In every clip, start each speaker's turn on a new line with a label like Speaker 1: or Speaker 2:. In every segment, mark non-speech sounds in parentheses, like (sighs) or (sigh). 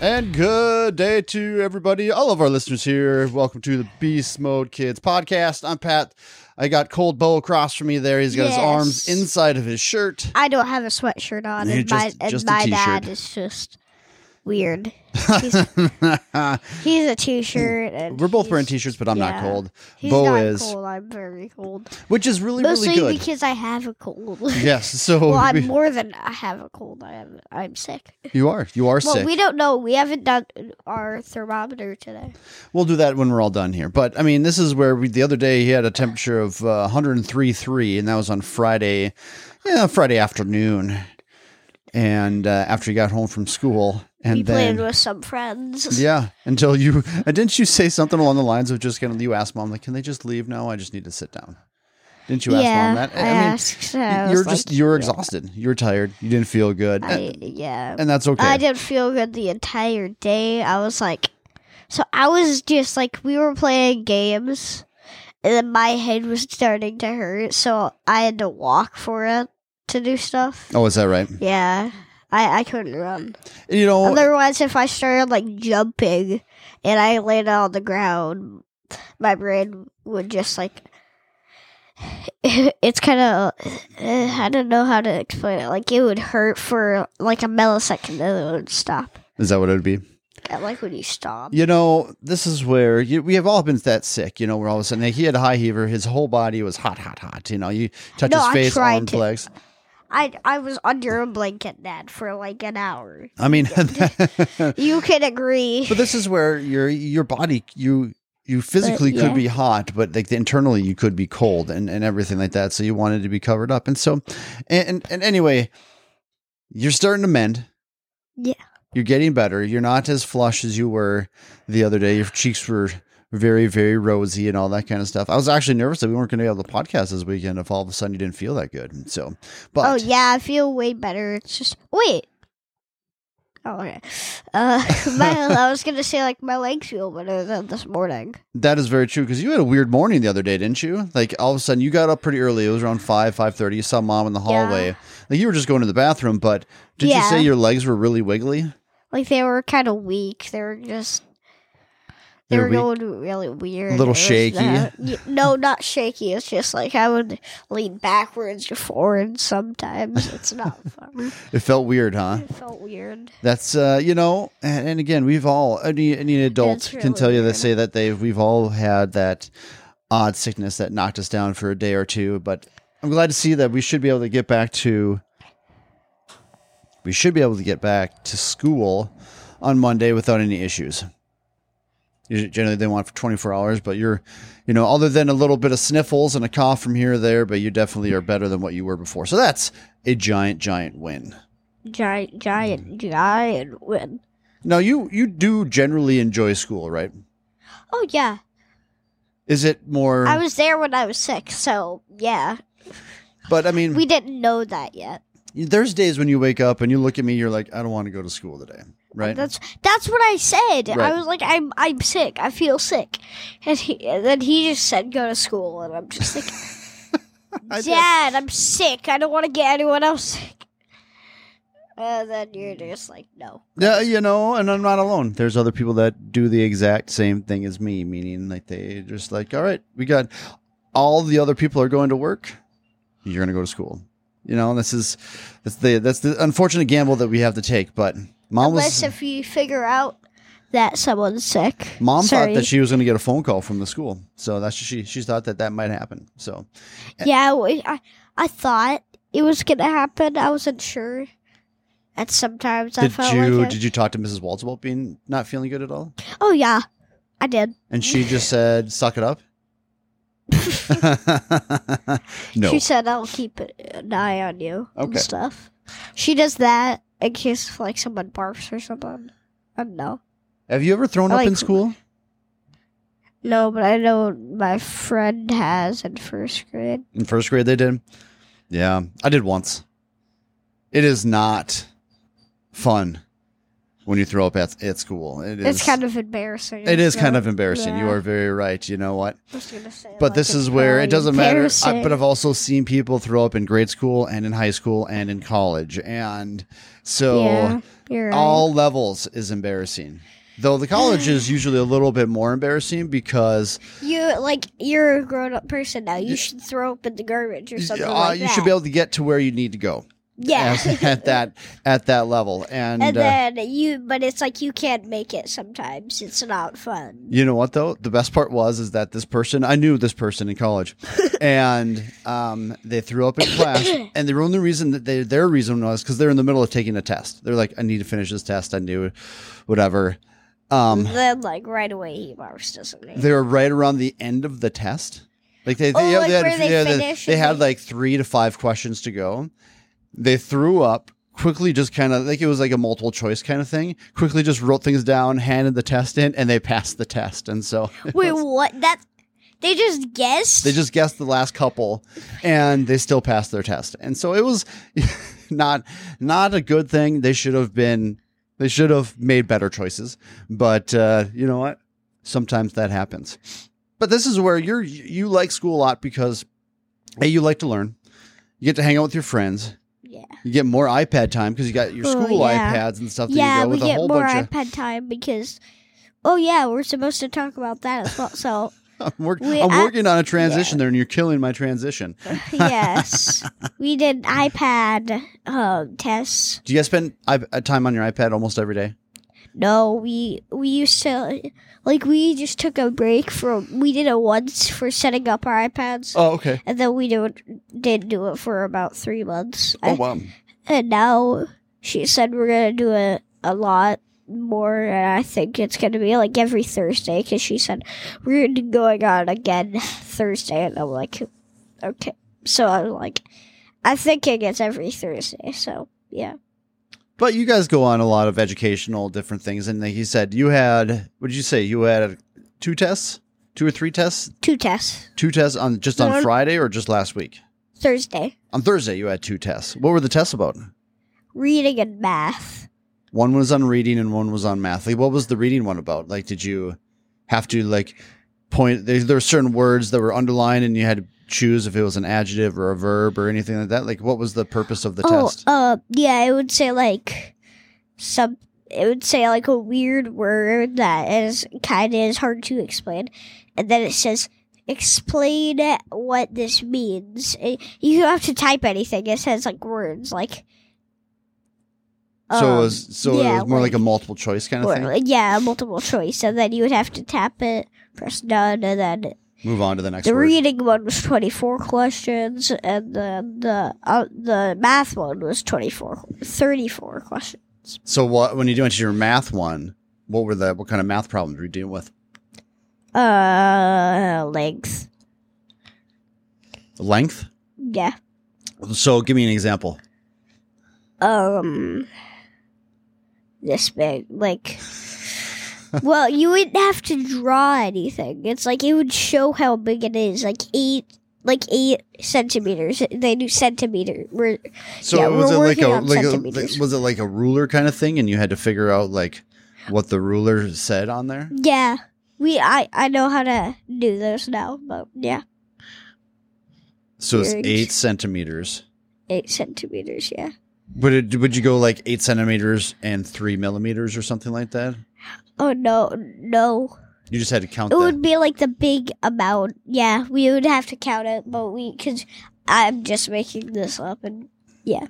Speaker 1: And good day to everybody, all of our listeners here. Welcome to the Beast Mode Kids podcast. I'm Pat. I got Cold Bo across from me there. He's got his
Speaker 2: Yes.
Speaker 1: arms inside of his shirt.
Speaker 2: I don't have a sweatshirt on,
Speaker 1: You
Speaker 2: and my,
Speaker 1: just-
Speaker 2: and
Speaker 1: just a
Speaker 2: my
Speaker 1: t-shirt.
Speaker 2: dad is just weird.
Speaker 1: (laughs)
Speaker 2: He's, he's a t-shirt, and
Speaker 1: We're both wearing
Speaker 2: he's-
Speaker 1: t-shirts, but I'm not
Speaker 2: yeah.
Speaker 1: cold.
Speaker 2: He's
Speaker 1: Bo
Speaker 2: not
Speaker 1: is,
Speaker 2: cold. I'm very cold,
Speaker 1: which is really
Speaker 2: mostly
Speaker 1: really good.
Speaker 2: because I have
Speaker 1: (laughs)
Speaker 2: a cold.
Speaker 1: yes. So
Speaker 2: well,
Speaker 1: we-
Speaker 2: I'm more than I have a cold. I am. I'm sick.
Speaker 1: you are you are
Speaker 2: Well,
Speaker 1: sick.
Speaker 2: we don't know. We haven't done our thermometer today.
Speaker 1: We'll do that when we're all done here. But I mean, this is where we, the other day he had a temperature of uh, 103.3, and that was on Friday, yeah, Friday afternoon, and uh, after he got home from school, and
Speaker 2: we
Speaker 1: then
Speaker 2: played with some
Speaker 1: (laughs)
Speaker 2: friends.
Speaker 1: yeah, until you and didn't you say something along the lines of just kind of you asked mom like, can they just leave? No, I just need to sit down. Didn't you ask mom that?
Speaker 2: I, asked. so I was
Speaker 1: you're
Speaker 2: like,
Speaker 1: just you're
Speaker 2: yeah,
Speaker 1: exhausted. You're tired. You didn't feel good,
Speaker 2: I,
Speaker 1: and,
Speaker 2: yeah.
Speaker 1: and that's okay.
Speaker 2: I didn't feel good the entire day. I was like, so I was just like, we were playing games, and then my head was starting to hurt, so I had to walk for it to do stuff.
Speaker 1: Oh, is that right?
Speaker 2: Yeah, I I couldn't run.
Speaker 1: You know,
Speaker 2: Otherwise, if I started like jumping and I landed on the ground, my brain would just like. (sighs) It's kind of (sighs) I don't know how to explain it. Like it would hurt for like a millisecond, and it would stop.
Speaker 1: is that what it would be?
Speaker 2: I like when you stop.
Speaker 1: You know, this is where you, we have all been that sick. You know, where all of a sudden he had a high fever, his whole body was hot, hot, hot. You know, you touch
Speaker 2: No,
Speaker 1: his
Speaker 2: I
Speaker 1: face,
Speaker 2: tried
Speaker 1: arms,
Speaker 2: to-
Speaker 1: legs.
Speaker 2: I I was under a blanket, Dad, for like an hour.
Speaker 1: I
Speaker 2: (laughs)
Speaker 1: mean, (laughs) but
Speaker 2: You can agree.
Speaker 1: this is where your your body you you physically
Speaker 2: But,
Speaker 1: could
Speaker 2: yeah.
Speaker 1: be hot, but like internally you could be cold and and everything like that. So you wanted to be covered up, and so and and, and anyway, you're starting to mend.
Speaker 2: Yeah.
Speaker 1: You're getting better. You're not as flush as you were the other day. Your cheeks were very, very rosy and all that kind of stuff. I was actually nervous that we weren't going to be able to podcast this weekend if all of a sudden you didn't feel that good. So, but
Speaker 2: oh yeah, I feel way better. It's just wait. Oh okay. Uh, (laughs) my, I was gonna say like my legs feel better than this morning.
Speaker 1: that is very true because you had a weird morning the other day, didn't you? Like all of a sudden you got up pretty early. It was around five, five thirty. You saw mom in the hallway. Like you were just going to the bathroom, but did you
Speaker 2: Yeah.
Speaker 1: say your legs were really wiggly?
Speaker 2: Like they were kind of weak. They were just they
Speaker 1: They're
Speaker 2: were
Speaker 1: weak.
Speaker 2: going really weird.
Speaker 1: Little
Speaker 2: It was
Speaker 1: shaky.
Speaker 2: not- y- no, not shaky. It's just like I would lean backwards or forwards sometimes. It's not fun.
Speaker 1: It felt weird, (laughs) huh?
Speaker 2: It felt weird.
Speaker 1: That's uh, you know, and, and again, we've all any any adult
Speaker 2: It's
Speaker 1: can
Speaker 2: really
Speaker 1: tell you that
Speaker 2: weird.
Speaker 1: say that they have we've all had that odd sickness that knocked us down for a day or two. But I'm glad to see that we should be able to get back to we should be able to get back to school on Monday without any issues. Usually- Generally, they want for 24 hours, but you're, you know, other than a little bit of sniffles and a cough from here or there, but you definitely are better than what you were before. So that's a giant, giant win.
Speaker 2: Giant, giant, giant win.
Speaker 1: Now you you do generally enjoy school, right?
Speaker 2: Oh yeah,
Speaker 1: Is it more?
Speaker 2: I was there when I was six, so yeah.
Speaker 1: but I mean,
Speaker 2: We didn't know that yet.
Speaker 1: there's days when you wake up and you look at me, you're like, I don't want to go to school today, right?
Speaker 2: That's that's what I said.
Speaker 1: Right.
Speaker 2: I was like, I'm I'm sick. I feel sick, and, he, and then he just said go to school, and I'm just like,
Speaker 1: (laughs) I did.
Speaker 2: Dad, I'm sick. I don't want to get anyone else sick. And then you're
Speaker 1: Hmm.
Speaker 2: just like, no.
Speaker 1: Yeah, you know, and I'm not alone. There's other people that do the exact same thing as me, meaning like they just like, all right, we got all the other people are going to work. You're going to go to school. You know, and this is that's the that's the unfortunate gamble that we have to take. But mom
Speaker 2: Unless
Speaker 1: was
Speaker 2: if you figure out that someone's sick.
Speaker 1: mom
Speaker 2: Sorry.
Speaker 1: thought that she was going to get a phone call from the school, so that's she she thought that that might happen. So
Speaker 2: Yeah, we- I I thought it was gonna happen. I wasn't sure. And sometimes I
Speaker 1: Did
Speaker 2: felt
Speaker 1: you
Speaker 2: like it.
Speaker 1: did you talk to Mrs. Waltz about being not feeling good at all?
Speaker 2: Oh yeah, I did.
Speaker 1: And she
Speaker 2: (laughs)
Speaker 1: just said, "Suck it up." no.
Speaker 2: She said, "I'll keep an eye on you
Speaker 1: Okay.
Speaker 2: and stuff." She does that in case like someone barfs or something. I don't know.
Speaker 1: Have you ever thrown
Speaker 2: I
Speaker 1: up in
Speaker 2: like-
Speaker 1: school?
Speaker 2: No, but I know my friend has in first grade.
Speaker 1: In first grade, they did. Yeah, I did once. It is not fun when you throw up at, at school. It
Speaker 2: It's
Speaker 1: is-
Speaker 2: kind of embarrassing.
Speaker 1: it is kind
Speaker 2: so-
Speaker 1: of embarrassing. You
Speaker 2: yeah.
Speaker 1: are very right. You know what?
Speaker 2: I was gonna say,
Speaker 1: But
Speaker 2: like,
Speaker 1: this
Speaker 2: it's
Speaker 1: is where it
Speaker 2: probably
Speaker 1: doesn't matter. I,
Speaker 2: embarrassing.
Speaker 1: but I've also seen people throw up in grade school and in high school and in college, and so
Speaker 2: yeah, you're right.
Speaker 1: all levels is embarrassing. Though the college
Speaker 2: (gasps)
Speaker 1: is usually a little bit more embarrassing because
Speaker 2: you like you're a grown up person now. You should throw up in the garbage or
Speaker 1: uh,
Speaker 2: something like
Speaker 1: you
Speaker 2: that.
Speaker 1: should be able to get to where you need to go
Speaker 2: yeah. (laughs)
Speaker 1: at, at that at that level. And,
Speaker 2: and
Speaker 1: uh,
Speaker 2: then you, but it's like you can't make it sometimes. It's not fun.
Speaker 1: you know what though? The best part was is that this person I knew this person in
Speaker 2: (laughs)
Speaker 1: college, and um, they threw up in
Speaker 2: (coughs)
Speaker 1: class. And the only reason that they, their reason was because they're in the middle of taking a test. They're like, I need to finish this test. I knew, whatever. Um,
Speaker 2: then like right away he marks doesn't he?
Speaker 1: they were right around the end of the test. Like they,
Speaker 2: Oh,
Speaker 1: they,
Speaker 2: like
Speaker 1: they had,
Speaker 2: where they
Speaker 1: yeah, they-
Speaker 2: finish
Speaker 1: they
Speaker 2: and
Speaker 1: had
Speaker 2: they-
Speaker 1: like three to five questions to go. They threw up quickly, just kind of like it was like a multiple choice kind of thing. Quickly just wrote things down, handed the test in, and they passed the test. And so
Speaker 2: Wait, what? That they just guessed.
Speaker 1: they just guessed the last couple, and they still passed their test. And so it was (laughs) not not a good thing. They should have been they should have made better choices. But uh, you know what? Sometimes that happens. But this is where you're you like school a lot because a you like to learn. You get to hang out with your friends.
Speaker 2: yeah,
Speaker 1: You get more iPad time because you got your
Speaker 2: Oh,
Speaker 1: school
Speaker 2: yeah.
Speaker 1: iPads and stuff. That you
Speaker 2: yeah.
Speaker 1: go
Speaker 2: We
Speaker 1: with a
Speaker 2: get
Speaker 1: whole
Speaker 2: more
Speaker 1: bunch of.
Speaker 2: iPad time because. Oh yeah, we're supposed to talk about that as well.
Speaker 1: (laughs)
Speaker 2: So
Speaker 1: I'm, work-
Speaker 2: we-
Speaker 1: I'm
Speaker 2: I-
Speaker 1: working on a transition there, and you're killing my transition.
Speaker 2: yes, we did iPad um, tests.
Speaker 1: Do you guys spend i- time on your iPad almost every day?
Speaker 2: No, we we used to like we just took a break from we did it once for setting up our iPads,
Speaker 1: Oh, okay.
Speaker 2: and then we don't did do it for about three months,
Speaker 1: Oh
Speaker 2: And-
Speaker 1: wow.
Speaker 2: and now she said we're gonna do it a lot more, and I think it's gonna be like every Thursday because she said we're gonna be going on again Thursday, and I'm like, okay, so I'm like, I'm thinking it's every Thursday, so yeah.
Speaker 1: But you guys go on a lot of educational different things, and like you said, you had what did you say? You had two tests, two or three tests,
Speaker 2: Two tests
Speaker 1: two tests on just on
Speaker 2: One-
Speaker 1: Friday or just last week.
Speaker 2: Thursday,
Speaker 1: On Thursday, you had two tests. What were the tests about?
Speaker 2: reading and math.
Speaker 1: One was on reading and one was on math. Like, what was the reading one about? Like, did you have to like point? There, there were certain words that were underlined, and you had to choose if it was an adjective or a verb or anything like that. Like, what was the purpose of the test?
Speaker 2: uh, yeah, it would say like some. It would say like a weird word that is kind of is hard to explain, and then it says explain what this means. It- you don't have to type anything. It says like words like.
Speaker 1: so
Speaker 2: um,
Speaker 1: it was so it
Speaker 2: yeah,
Speaker 1: was more like, a
Speaker 2: like-
Speaker 1: multiple choice kind of
Speaker 2: or,
Speaker 1: thing.
Speaker 2: yeah, multiple choice, and then you would have to tap it, press done, and then
Speaker 1: Move on to the next.
Speaker 2: the
Speaker 1: word.
Speaker 2: reading one was twenty four questions, and then the uh, the math one was 24, 34 questions.
Speaker 1: So what when you went to your math one, what were the what kind of math problems were you dealing with?
Speaker 2: Uh, length.
Speaker 1: Length?
Speaker 2: Yeah.
Speaker 1: So give me an example.
Speaker 2: Um, this big, like. well, you wouldn't have to draw anything. It's like it would show how big it is, like eight, like eight centimeters. They do centimeter. We're,
Speaker 1: So
Speaker 2: Yeah,
Speaker 1: was
Speaker 2: we're
Speaker 1: it like a
Speaker 2: working on
Speaker 1: like a
Speaker 2: centimeters.
Speaker 1: like- was it like a ruler kind of thing and you had to figure out like what the ruler said on there?
Speaker 2: yeah, we. I I know how to do those now, but yeah,
Speaker 1: So it's
Speaker 2: Yikes.
Speaker 1: eight centimeters.
Speaker 2: eight centimeters. Yeah.
Speaker 1: Would it would you go like eight centimeters and three millimeters or something like that?
Speaker 2: Oh no, no.
Speaker 1: You just had to count
Speaker 2: It
Speaker 1: that.
Speaker 2: would be like the big amount. Yeah, we would have to count it, but we because I'm just making this up, and yeah,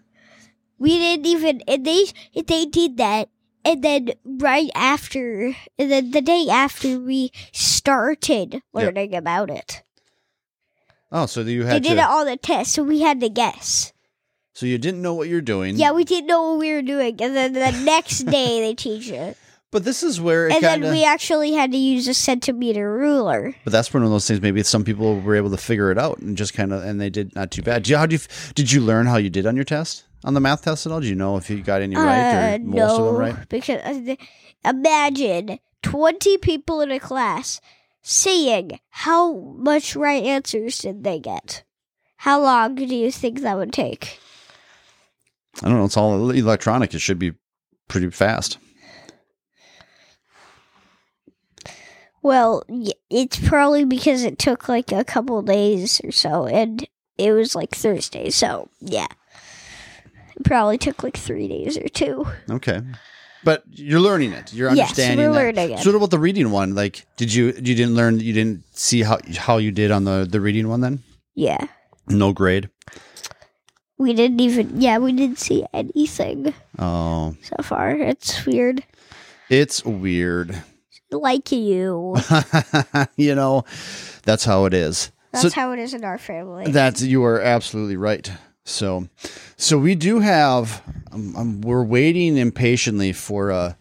Speaker 2: we didn't even. And they and they did that, and then right after, and then the day after we started learning about it,
Speaker 1: Oh, so you
Speaker 2: they
Speaker 1: had
Speaker 2: did it
Speaker 1: to,
Speaker 2: all the tests, so we had to guess.
Speaker 1: so you didn't know what you're doing.
Speaker 2: Yeah, we didn't know what we were doing, and then the next day they teach it,
Speaker 1: But this is where it
Speaker 2: and
Speaker 1: kind
Speaker 2: then
Speaker 1: of
Speaker 2: we actually had to use a centimeter ruler.
Speaker 1: But that's one of those things. Maybe some people were able to figure it out and just kind of, and they did not too bad. Do you, how do you, did you learn how you did on your test, on the math test at all? Do you know if you got any right or
Speaker 2: Uh,
Speaker 1: most of them right?
Speaker 2: Because uh, th- imagine 20 people in a class seeing how much right answers did they get. How long do you think that would take?
Speaker 1: I don't know. It's all electronic. It should be pretty fast.
Speaker 2: Well, y- it's probably because it took like a couple days or so, and it was like Thursday, so yeah. It probably took like three days or two.
Speaker 1: Okay. But you're learning it. You're
Speaker 2: Yes,
Speaker 1: understanding.
Speaker 2: we're
Speaker 1: that.
Speaker 2: learning it.
Speaker 1: So what about the reading one? Like, did you you didn't learn? You didn't see how how you did on the the reading one? Then
Speaker 2: Yeah.
Speaker 1: no grade.
Speaker 2: We didn't even, yeah, we didn't see anything
Speaker 1: Oh,
Speaker 2: so far. It's weird.
Speaker 1: it's weird. (laughs)
Speaker 2: Like you.
Speaker 1: you know, that's how it is.
Speaker 2: That's how it is in our family.
Speaker 1: That's you are absolutely right. So, so we do have. Um, um, we're waiting impatiently for a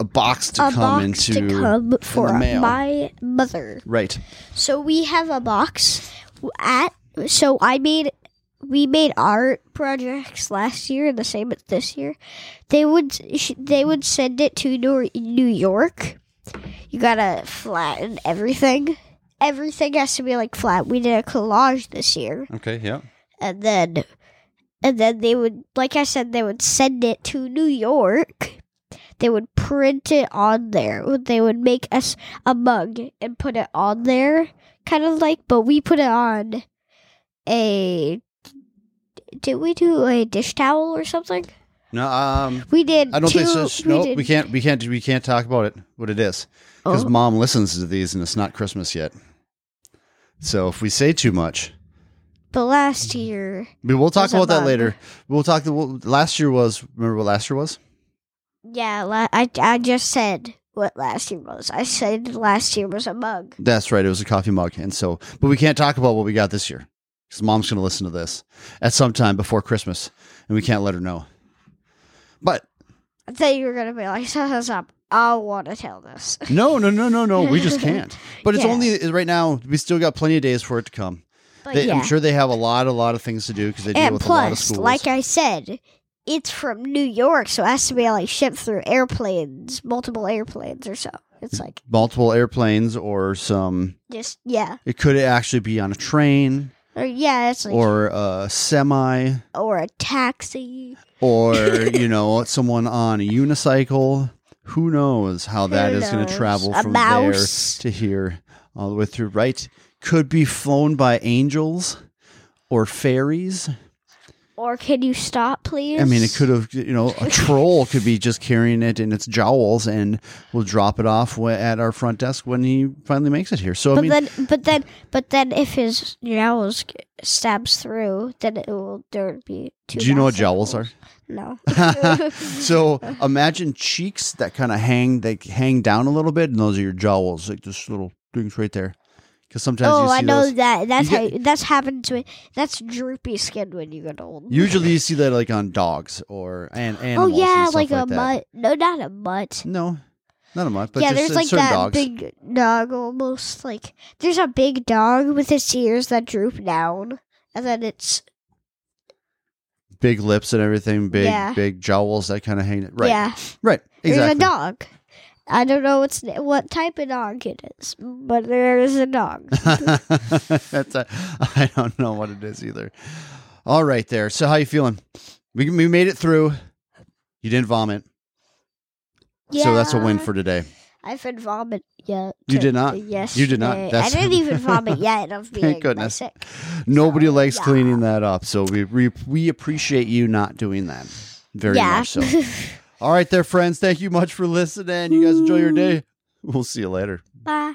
Speaker 1: a box to
Speaker 2: a
Speaker 1: come
Speaker 2: box
Speaker 1: into
Speaker 2: to come for
Speaker 1: the mail.
Speaker 2: my mother.
Speaker 1: right.
Speaker 2: So we have a box at. So I made. We made art projects last year and the same as this year. They would sh- they would send it to Nor- New York. You gotta flatten everything. Everything has to be like flat. We did a collage this year,
Speaker 1: Okay. Yeah.
Speaker 2: and then and then they would, like I said, they would send it to New York. They would print it on there. They would make us a mug and put it on there, kind of like. But we put it on a. Did we do a dish towel or something?
Speaker 1: No. Um.
Speaker 2: We did.
Speaker 1: I don't
Speaker 2: two,
Speaker 1: think so.
Speaker 2: We
Speaker 1: nope,
Speaker 2: did,
Speaker 1: we can't. We can't. We can't talk about it. What it is, because
Speaker 2: Oh.
Speaker 1: mom listens to these, and it's not Christmas yet. So if we say too much,
Speaker 2: But last year,
Speaker 1: we will talk
Speaker 2: There's a
Speaker 1: about that
Speaker 2: bug.
Speaker 1: later. We'll talk. Well, last year was. Remember what last year was?
Speaker 2: yeah, la- I I just said what last year was. I said last year was a mug.
Speaker 1: That's right. It was a coffee mug, and so, but we can't talk about what we got this year because mom's going to listen to this at some time before Christmas, and we can't let her know. But
Speaker 2: I thought you were gonna be like, (laughs) "Shut up! I want to tell this." (laughs)
Speaker 1: no, no, no, no, no. We just can't. But it's
Speaker 2: Yeah.
Speaker 1: only uh, right now. We still got plenty of days for it to come.
Speaker 2: But
Speaker 1: They,
Speaker 2: yeah.
Speaker 1: I'm sure they have a lot, a lot of things to do because they deal
Speaker 2: and
Speaker 1: with a lot of
Speaker 2: plus,
Speaker 1: schools.
Speaker 2: like I said, it's from New York, so it has to be like shipped through airplanes, multiple airplanes or so. It's like
Speaker 1: multiple airplanes or some
Speaker 2: just yeah,
Speaker 1: it could actually be on a train
Speaker 2: or yeah, it's like or,
Speaker 1: or a semi
Speaker 2: a taxi. (laughs)
Speaker 1: or you know someone on a unicycle who knows how that is going to
Speaker 2: knows?
Speaker 1: travel
Speaker 2: A
Speaker 1: from
Speaker 2: mouse.
Speaker 1: there to here all the way through right could be flown by angels or fairies
Speaker 2: Or can you stop, please?
Speaker 1: i mean it could have you know a troll could be just carrying it in its jowls and will drop it off wh- at our front desk when he finally makes it here so
Speaker 2: But
Speaker 1: i mean
Speaker 2: then, but then, but then, if his jowls g- stabs through, then it will there would be two.
Speaker 1: do you know what
Speaker 2: bicycles.
Speaker 1: jowls are
Speaker 2: No.
Speaker 1: so imagine cheeks that kind of hang they hang down a little bit and those are your jowls like just little things right there because sometimes
Speaker 2: oh,
Speaker 1: you see
Speaker 2: I know
Speaker 1: those
Speaker 2: that. That's
Speaker 1: You
Speaker 2: how that's happens when that's droopy skin when you get old.
Speaker 1: usually you see that like on dogs or and
Speaker 2: Oh
Speaker 1: animals
Speaker 2: yeah,
Speaker 1: and stuff
Speaker 2: like,
Speaker 1: like,
Speaker 2: a
Speaker 1: that.
Speaker 2: mutt. No, not a mutt.
Speaker 1: no not a mutt but
Speaker 2: yeah,
Speaker 1: just
Speaker 2: there's
Speaker 1: in
Speaker 2: like
Speaker 1: certain
Speaker 2: that
Speaker 1: dogs
Speaker 2: big dog almost like there's a big dog with its ears that droop down, and then it's
Speaker 1: big lips and everything big
Speaker 2: Yeah.
Speaker 1: big jowls that kind of hang right
Speaker 2: yeah,
Speaker 1: right
Speaker 2: there's a
Speaker 1: exactly
Speaker 2: dog. I don't know what's what type of dog it is, but there is a dog.
Speaker 1: that's a, i don't know what it is either all right there so how you feeling we, we made it through you didn't vomit (laughs) So that's a win
Speaker 2: Yeah,
Speaker 1: for today.
Speaker 2: I didn't vomit yet.
Speaker 1: You did not?
Speaker 2: Yes, eh,
Speaker 1: You did not?
Speaker 2: I
Speaker 1: That's-
Speaker 2: didn't even
Speaker 1: (laughs)
Speaker 2: vomit yet of being my
Speaker 1: goodness.
Speaker 2: sick.
Speaker 1: Nobody
Speaker 2: So,
Speaker 1: likes
Speaker 2: yeah.
Speaker 1: cleaning that up, so we, we we appreciate you not doing that. Very
Speaker 2: yeah.
Speaker 1: much
Speaker 2: (laughs)
Speaker 1: so. All right, there, friends. Thank you much for listening. You guys enjoy your day. We'll see you later.
Speaker 2: Bye.